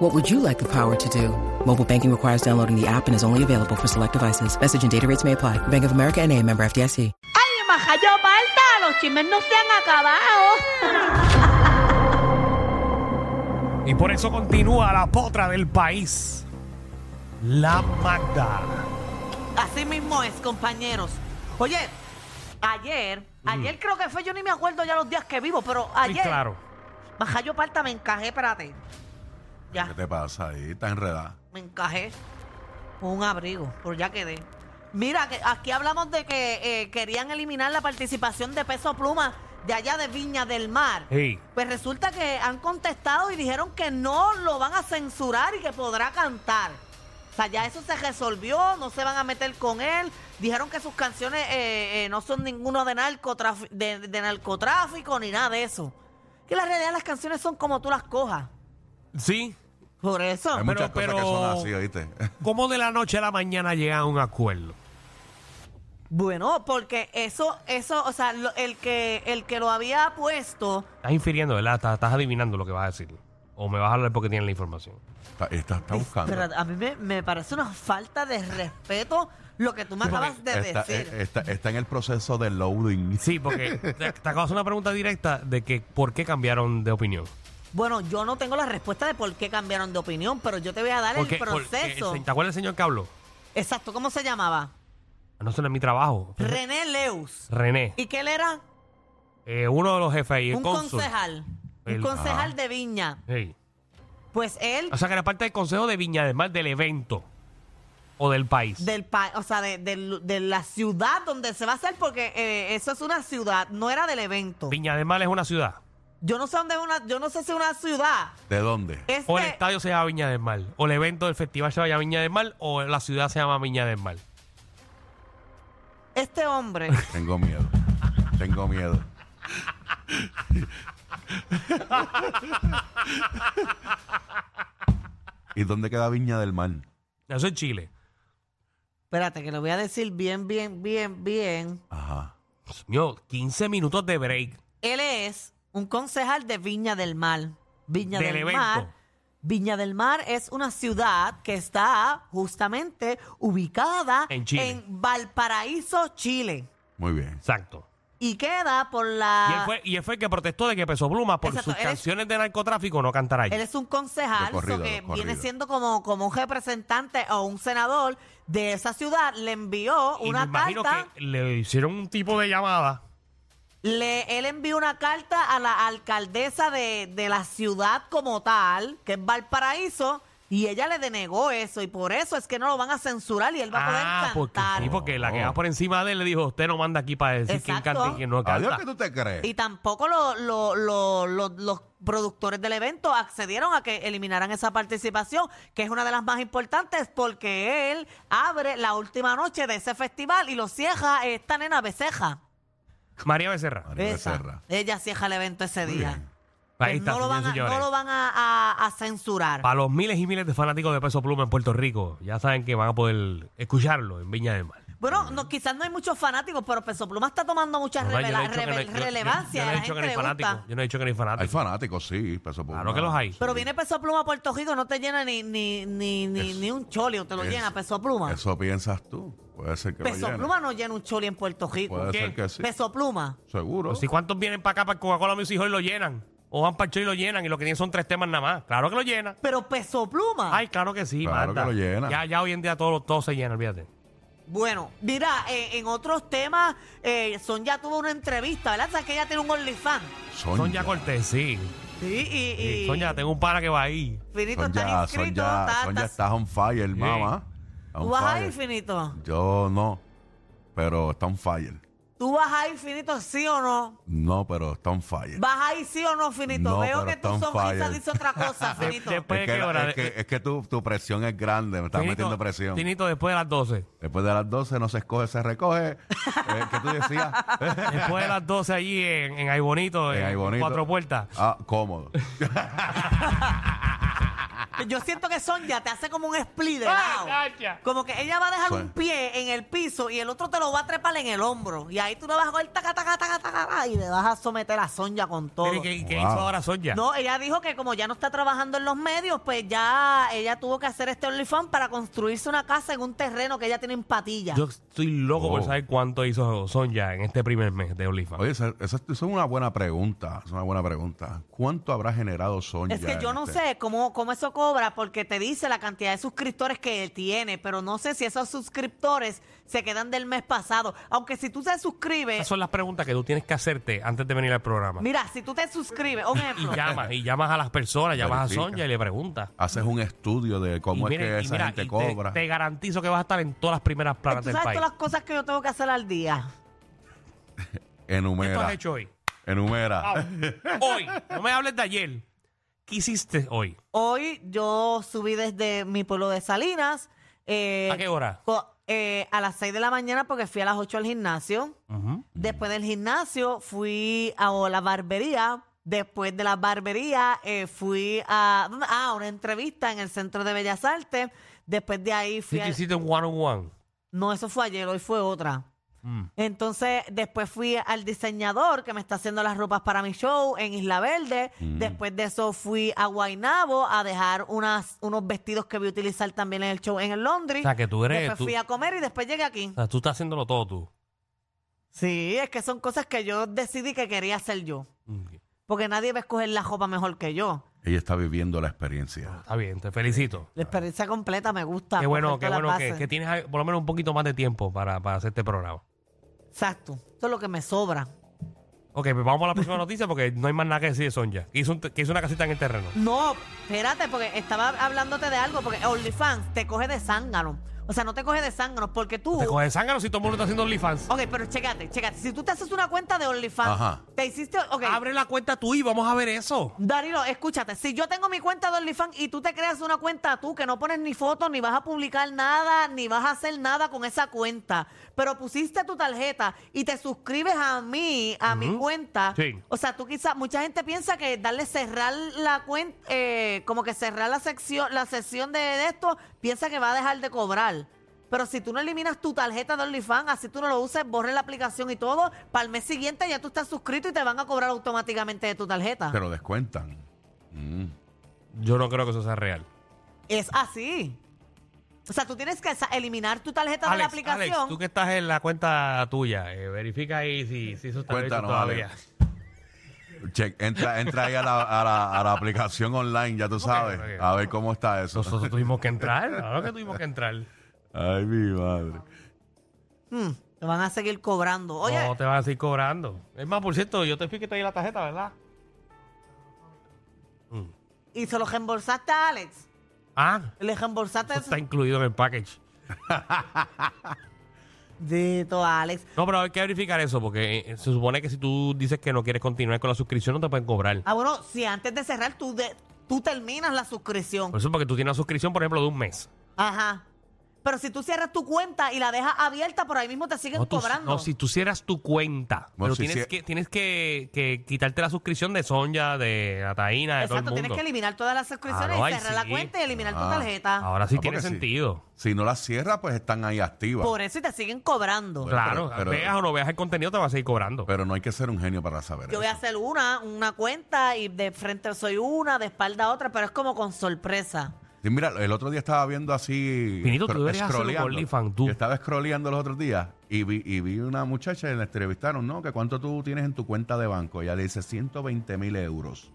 What would you like the power to do? Mobile banking requires downloading the app and is only available for select devices. Message and data rates may apply. Bank of America and a member FDIC. ¡Ay, Majayo Malta! ¡Los chismes no se han acabado! Y por eso continúa la potra del país, la Magda. Así mismo es, compañeros. Oye, ayer, ayer creo que fue, yo ni me acuerdo ya los días que vivo, pero Mm. Sí, ayer. claro. Majayo Palta me encajé, espérate. ¿Qué Ya, te pasa ahí? Está enredada. me encajé con un abrigo, pero ya quedé. Mira, que aquí hablamos de que eh, querían eliminar la participación de Peso Pluma de allá de Viña del Mar. Hey. Pues resulta que han contestado y dijeron que no lo van a censurar y que podrá cantar. O sea, ya eso se resolvió, no se van a meter con él. Dijeron que sus canciones eh, eh, no son ninguno de, narcotrafi- de, de narcotráfico ni nada de eso. Que la realidad las canciones son como tú las cojas. Sí. Por eso. Hay Pero- muchas cosas que pero- son así, ¿oíste? ¿Cómo de la noche a la mañana llegan a un acuerdo? Bueno, porque eso, eso, o sea, lo- el, que, el que lo había puesto, Estás infiriendo, ¿verdad? Estás, estás adivinando lo que vas a decir. O me vas a hablar porque tienes la información. Está, está, está buscando. pero a mí me, me parece una falta de respeto lo que tú me acabas de está, decir. eh, está- está en el proceso de loading. Sí, porque te, te acabo de hacer una pregunta directa de que por qué cambiaron de opinión. Bueno, yo no tengo la respuesta de por qué cambiaron de opinión, pero yo te voy a dar Porque, el proceso. ¿Te acuerdas del señor que habló? Exacto, ¿cómo se llamaba? No sé, no es mi trabajo. René Leus. René, ¿Y que él era? eh, uno de los jefes ahí, el Un cónsul. concejal. El- ah. Un concejal de Viña. Hey. Pues él, O sea, que era parte del consejo de Viña del Mar del evento o del país. del pa- o sea, de, del- de la ciudad donde se va a hacer, porque eh, eso es una ciudad, no era del evento. Viña del Mar es una ciudad. Yo no sé dónde es una, yo no sé si es una ciudad. Este, ¿De dónde? Es O el de- estadio se llama Viña del Mar. O el evento del festival se llama Viña del Mar. O la ciudad se llama Viña del Mar. este hombre. Tengo miedo. Tengo miedo. ¿Y dónde queda Viña del Mar? Eso es Chile. Espérate, que lo voy a decir bien, bien, bien, bien. Ajá. Dios mío, 15 minutos de break. Él es un concejal de Viña del Mar. Viña Del del, evento. Mar. Viña del Mar es una ciudad que está justamente ubicada En Chile. Valparaíso, Chile. Muy bien. Exacto. Y queda por Y, él la... fue, y él fue el que protestó de que Peso Pluma, por Ah. Exacto, sus él es- canciones de narcotráfico, no cantará allí. Él es un concejal, Lo corrido, so que lo corrido. viene siendo como, como un representante o un senador de esa ciudad. Le envió y una me imagino carta. que le hicieron un tipo de llamada. Le, él envió una carta a la alcaldesa de, de la ciudad como tal, que es Valparaíso, y ella le denegó eso, y por eso es que no lo van a censurar y él va Ah, a poder porque, cantar. sí, porque la que Oh. va por encima de él le dijo, usted no manda aquí para decir quién Exacto. canta y quién no Adiós, canta. ¿qué tú te crees? Y tampoco lo- lo- lo- lo- los productores del evento accedieron a que eliminaran esa participación, que es una de las más importantes, porque él abre la última noche de ese festival y lo cierra esta nena Beceja. María Becerra. María Esa. Becerra. Ella cierra el evento ese Muy día. bien. Ahí Pues está, no, lo señores van a, y señores. no lo van a, a- a censurar. Para los miles y miles de fanáticos de Peso Pluma en Puerto Rico, ya saben que van a poder escucharlo en Viña del Mar. Bueno, no, quizás no hay muchos fanáticos, pero Peso Pluma está tomando mucha No, no, yo no he revela- dicho que no- revel- yo- yo- relevancia. Yo no a he la dicho que no gente hay le gusta. fanáticos. Yo no he dicho que no hay Hay fanáticos. fanáticos, sí. Peso Pluma. Claro que los hay. Pero viene Peso Pluma a Puerto Rico, no te llena ni, ni, ni, ni, Eso- ni un cholio, te lo eso- llena Peso Pluma. Eso piensas tú. Puede ser que lo Peso llene. Pluma no llena un cholio en Puerto Rico. Puede ¿Quién? ser que sí. Peso Pluma. Seguro. Pues si cuántos vienen para acá para el Coca-Cola mis hijos y lo llenan. O van para el show y lo llenan y lo que tienen son tres temas nada más. Claro que lo llena. Pero Peso Pluma. Ay, claro que sí, Claro Magda. que lo llena. Ya, ya hoy en día todo, todo se llena, olvídate. Bueno, mira, eh, en otros temas, eh, Sonia tuvo una entrevista, ¿verdad? Sabes que ella tiene un OnlyFans. Sonia Cortés, sí. Sí, y. Sí, y Sonia, tengo un pana que va ahí. Finito, Son ya, estás son inscrito. ya, estás- son ya estás- estás on fire, mamá. On ¿Tú vas ahí, fire. Finito? Yo no, pero está on fire. ¿Tú vas a ir finito, sí o no? No, pero está on fire. ¿Vas a ir sí o no, finito? No, Veo pero que está tu on sonrisa fire. dice otra cosa, finito. de- Es Pues, que, ¿qué hora? es que, es que tu, tu presión es grande, me estás Tinito, metiendo presión. Tinito, después de las 12. Después de las 12 no se escoge, se recoge. Eh, ¿Qué tú decías? Después de las 12 allí en, en Ay Bonito, en, Eh, ahí bonito. Cuatro Puertas. Ah, cómodo. Yo siento que Sonia te hace como un split de Ah, lado. cacha. Como que ella va a dejar Suena. un pie en el piso y el otro te lo va a trepar en el hombro. Y ahí tú le vas a coger taca, taca, taca, taca, taca, y le vas a someter a Sonia con todo. Mire, ¿Qué, qué Wow. hizo ahora Sonia? No, ella dijo que como ya no está trabajando en los medios, pues ya ella tuvo que hacer este OnlyFans para construirse una casa en un terreno que ella tiene en patilla. Yo estoy loco por Oh. saber cuánto hizo Sonia en este primer mes de OnlyFans. Oye, esa, esa- esa es una buena pregunta. Es una buena pregunta. ¿Cuánto habrá generado Sonia? Es que yo en no este- sé cómo, cómo eso cobra porque te dice la cantidad de suscriptores que él tiene, pero no sé si esos suscriptores se quedan del mes pasado. Aunque si tú te suscribes, Esas son las preguntas que tú tienes que hacerte antes de venir al programa. mira, si tú te suscribes, un Y ejemplo, llamas, y llamas a las personas, llamas Verifica. a Sonia y le preguntas. Haces un estudio de cómo Y mire, es que y esa mira, gente y te- cobra. Te, garantizo que vas a estar en todas las primeras tú planas sabes del país. todas las cosas que yo tengo que hacer al día. ¿Qué tú Enumera. has hecho Ah. hoy? Enumera. hoy. No me hables de ayer. ¿Qué hiciste hoy? Hoy yo subí desde mi pueblo de Salinas. eh, ¿A qué hora? co- eh, a las 6 de la mañana porque fui a las 8 al gimnasio. Después del gimnasio fui a la barbería. Después de la barbería eh, fui a, a una entrevista en el Centro de Bellas Artes. Después de ahí Sí, fui que a... hiciste un one on one. No, eso fue ayer, hoy fue otra. Mm. Entonces, después fui al diseñador que me está haciendo las ropas para mi show en Isla Verde. Mm. Después de eso fui a Guaynabo a dejar unas, unos vestidos que voy a utilizar también en el show en el Londres. O sea, que tú eres- Después tú- fui a comer y después llegué aquí. O sea, tú estás haciéndolo todo tú. Sí, es que son cosas que yo decidí que quería hacer yo. Mm, Porque nadie va a escoger la ropa mejor que yo. Ella está viviendo la experiencia. Está bien, te felicito. La experiencia completa me gusta. Qué bueno, coger qué todas las bueno que, bases. que tienes ah, por lo menos un poquito más de tiempo para, para hacer este programa. Exacto. Eso es lo que me sobra. Ok, pues vamos a la próxima noticia porque no hay más nada que decir de Sonja. Que hizo, un te- que hizo una casita en el terreno. No, espérate, porque estaba hablándote de algo, porque OnlyFans te coge de zángano. O sea, no te coge de zángano, porque tú... Te coge zángano si todo el mundo está haciendo OnlyFans. Ok, pero chécate, chécate. Si tú te haces una cuenta de OnlyFans, Ajá. te hiciste... Ok, Abre la cuenta tú y vamos a ver eso. Danilo, escúchate. Si yo tengo mi cuenta de OnlyFans y tú te creas una cuenta tú, que no pones ni fotos, ni vas a publicar nada, ni vas a hacer nada con esa cuenta, pero pusiste tu tarjeta y te suscribes a mí, a mi cuenta... Sí. O sea, tú quizás... Mucha gente piensa que darle cerrar la cuenta... eh, como que cerrar la sección la sesión de, de esto, piensa que va a dejar de cobrar. Pero si tú no eliminas tu tarjeta de OnlyFans, así tú no lo uses, borres la aplicación y todo, para el mes siguiente ya tú estás suscrito y te van a cobrar automáticamente de tu tarjeta. Ah. Te lo descuentan. Mm. Yo no creo que eso sea real. Es así. O sea, tú tienes que sa- eliminar tu tarjeta de la Alex, Alex, aplicación. tú que estás en la cuenta tuya, eh, verifica ahí si, si eso está hecho Cuéntanos, todavía. Alex. Che, entra, entra ahí a la, a la- a la aplicación online, ya tú sabes. ok. A ver cómo está eso. Nosotros tuvimos que entrar, claro que tuvimos que entrar. Ay, mi madre. Mm, te van a seguir cobrando. Oye, No te van a seguir cobrando. Es más, por cierto, yo te fui que te di la tarjeta, ¿verdad? y se lo reembolsaste a Alex. Ah, Le reembolsaste eso está incluido en el package. Dito a Alex. No, pero hay que verificar eso, porque eh, se supone que si tú dices que no quieres continuar con la suscripción, no te pueden cobrar. Ah, bueno, si antes de cerrar tú, de- tú terminas la suscripción. Por eso, porque tú tienes una suscripción, por ejemplo, de un mes. Ajá. Pero si tú cierras tu cuenta y la dejas abierta, por ahí mismo te siguen No, tú- cobrando. no, si tú cierras tu cuenta, No, pero si tienes, cier- que, tienes que, que quitarte la suscripción de Sonja, de Ataína, de Exacto, todo el tienes mundo. que eliminar todas las suscripciones Ah, no, y ahí cerrar la sí. cuenta y eliminar tu Ah. tarjeta. Ahora sí Ah, tiene porque sí. sentido. Si no la cierra, pues están ahí activas. Por eso y te siguen cobrando. Bueno, claro, Pues, pero- pero- veas o no veas el contenido, te vas a seguir cobrando. Pero no hay que ser un genio para saber Yo voy a eso. hacer una, una cuenta y de frente soy una, de espalda otra, pero es como con sorpresa. Sí, mira, el otro día estaba viendo así. Finito, tú scro- deberías hacer un scrolleando. OnlyFans, tú. Yo estaba scrolleando los otros días y vi, y vi una muchacha y la entrevistaron, ¿no? Que cuánto tú tienes en tu cuenta de banco. Ella le dice 120 mil euros.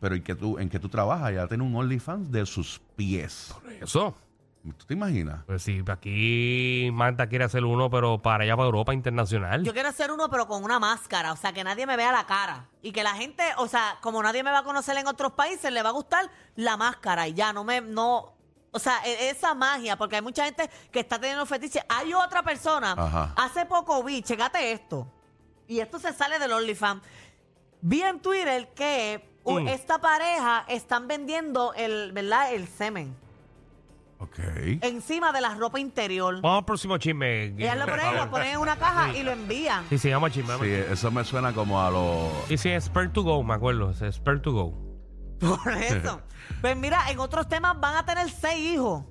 Pero ¿y que tú, ¿en qué tú trabajas? Ella tiene un OnlyFans de sus pies. Eso. ¿Tú te imaginas? Pues sí, aquí Manta quiere hacer uno, pero para allá, para Europa Internacional. Yo quiero hacer uno, pero con una máscara, o sea, que nadie me vea la cara. Y que la gente, o sea, como nadie me va a conocer en otros países, le va a gustar la máscara y ya, no me, no, O sea, e- esa magia, porque hay mucha gente que está teniendo fetiche. Hay otra persona. Ajá. Hace poco vi, checate esto. Y esto se sale del OnlyFans. Vi en Twitter que u- Mm. esta pareja están vendiendo el, ¿verdad? El semen Ok. encima de la ropa interior. Vamos al próximo chisme. Ellas lo por ponen, lo favor. ponen en una caja Sí. y lo envían. Sí, sí, vamos al chisme. vamos Sí, al eso me suena como a los... chisme. Dice Spare to Go, me acuerdo. es Spare to Go. Por eso. Pues mira, en otros temas van a tener seis hijos.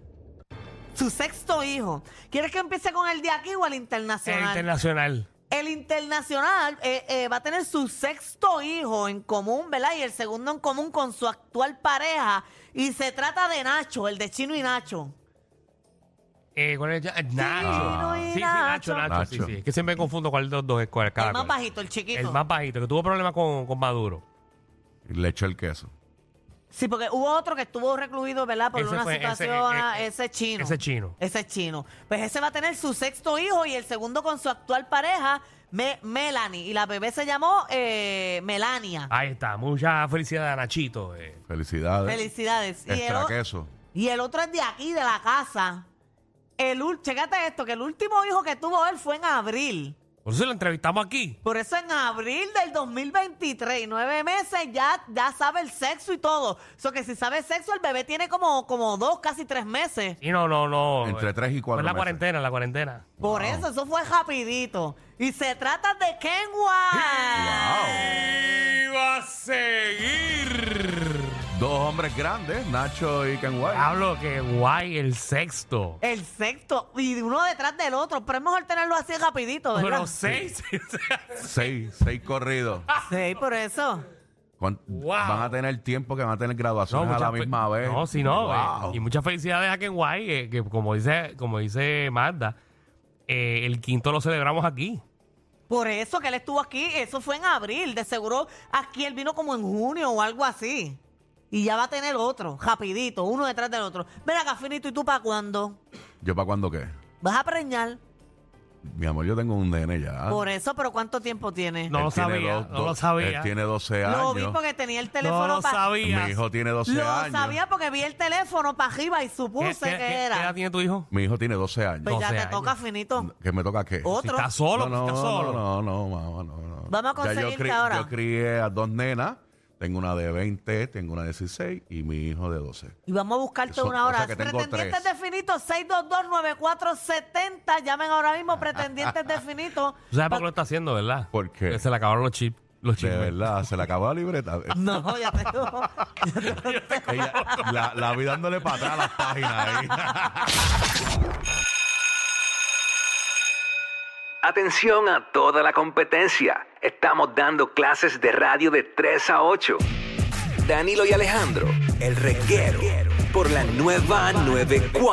Su sexto hijo. ¿Quieres que empiece con el de aquí o el Eh, internacional? internacional. El internacional eh, eh, va a tener su sexto hijo en común, ¿verdad? Y el segundo en común con su actual pareja. Y se trata de Nacho, el de Chino y Nacho. Eh, ¿Cuál es? Ah, Nacho. Chino Sí, y sí, Nacho, Nacho. Sí, Nacho. sí. Es que siempre me confundo cuál de los dos es cuál. cada el más cual. bajito, el chiquito. El más bajito, que tuvo problemas con, con Maduro. Le echó el queso. Sí, porque hubo otro que estuvo recluido, ¿verdad? Por Ese una fue- ese- situación, eh, ah, eh, ese, chino. ese chino. Ese chino. Pues ese va a tener su sexto hijo y el segundo con su actual pareja, Me- Melanie. Y la bebé se llamó eh, Melania. Ahí está, mucha felicidad a Nachito. eh. Felicidades. Felicidades. Y el, Extra o- queso. y el otro es de aquí, de la casa. El ul- Chécate esto, que el último hijo que tuvo él fue en abril. Por eso lo entrevistamos aquí. Por eso en abril del 2023, nueve meses, ya, ya sabe el sexo y todo. O sea que si sabe sexo, el bebé tiene como, como dos, casi tres meses. Y no, no, no. Entre tres y cuatro Fue en la meses. cuarentena, en la cuarentena. Por eso, eso fue rapidito. Y se trata de Ken Ah. White. Y va a seguir. Dos hombres grandes, Nacho y Ken White. Hablo que guay el sexto. El sexto, y uno detrás del otro. Pero es mejor tenerlo así rapidito, ¿verdad? Pero seis. Seis, seis corridos. Sí, por eso. Cuán- Wow. Van a tener tiempo que van a tener graduaciones a muchas la fe- misma vez. No, si no. Wow. eh, y muchas felicidades a Ken Guay, eh, que como dice, como dice Magda, eh, el quinto lo celebramos aquí. Por eso que él estuvo aquí. Eso fue en abril. De seguro aquí él vino como en junio o algo así. Y ya va a tener otro, rapidito, uno detrás del otro. Ven acá, Finito, ¿y tú para cuándo? ¿Yo para cuándo qué? ¿Vas a preñar? Mi amor, yo tengo un nene ya. Por eso, pero ¿cuánto tiempo tiene? Ah. No Él lo tiene sabía, dos- no dos- lo sabía. Él tiene 12 años. Lo vi porque tenía el teléfono No lo pa- sabía. Mi hijo tiene 12 Lo años. sabía porque vi el teléfono para arriba y ¿Qué, supuse qué- qué- que qué era. edad tiene tu hijo? Mi hijo tiene 12 años. pues ya 12 te años. toca finito. ¿Que me toca qué? Otro. Si está solo, no, no, si está solo. No, no, no, no, no, no. Vamos a Ya yo, conseguirte ahora. crié a dos nenas. Tengo una de 20, tengo una de 16 y mi hijo de 12. Y vamos a buscarte Eso- una o hora. sea que tengo pretendientes tres. definitos, 622-9470. Llamen ahora mismo, pretendientes definitos. Tú sabes por qué lo está haciendo, ¿verdad? ¿Por qué? Porque se le acabaron los chips. Los De chips. verdad, se le acabó la libreta. No, ya te digo. Ella, la, la vi dándole patada a las páginas ahí. Atención a toda la competencia. Estamos dando clases de radio de 3 a 8. Danilo y Alejandro, el reguero, por la nueva 94.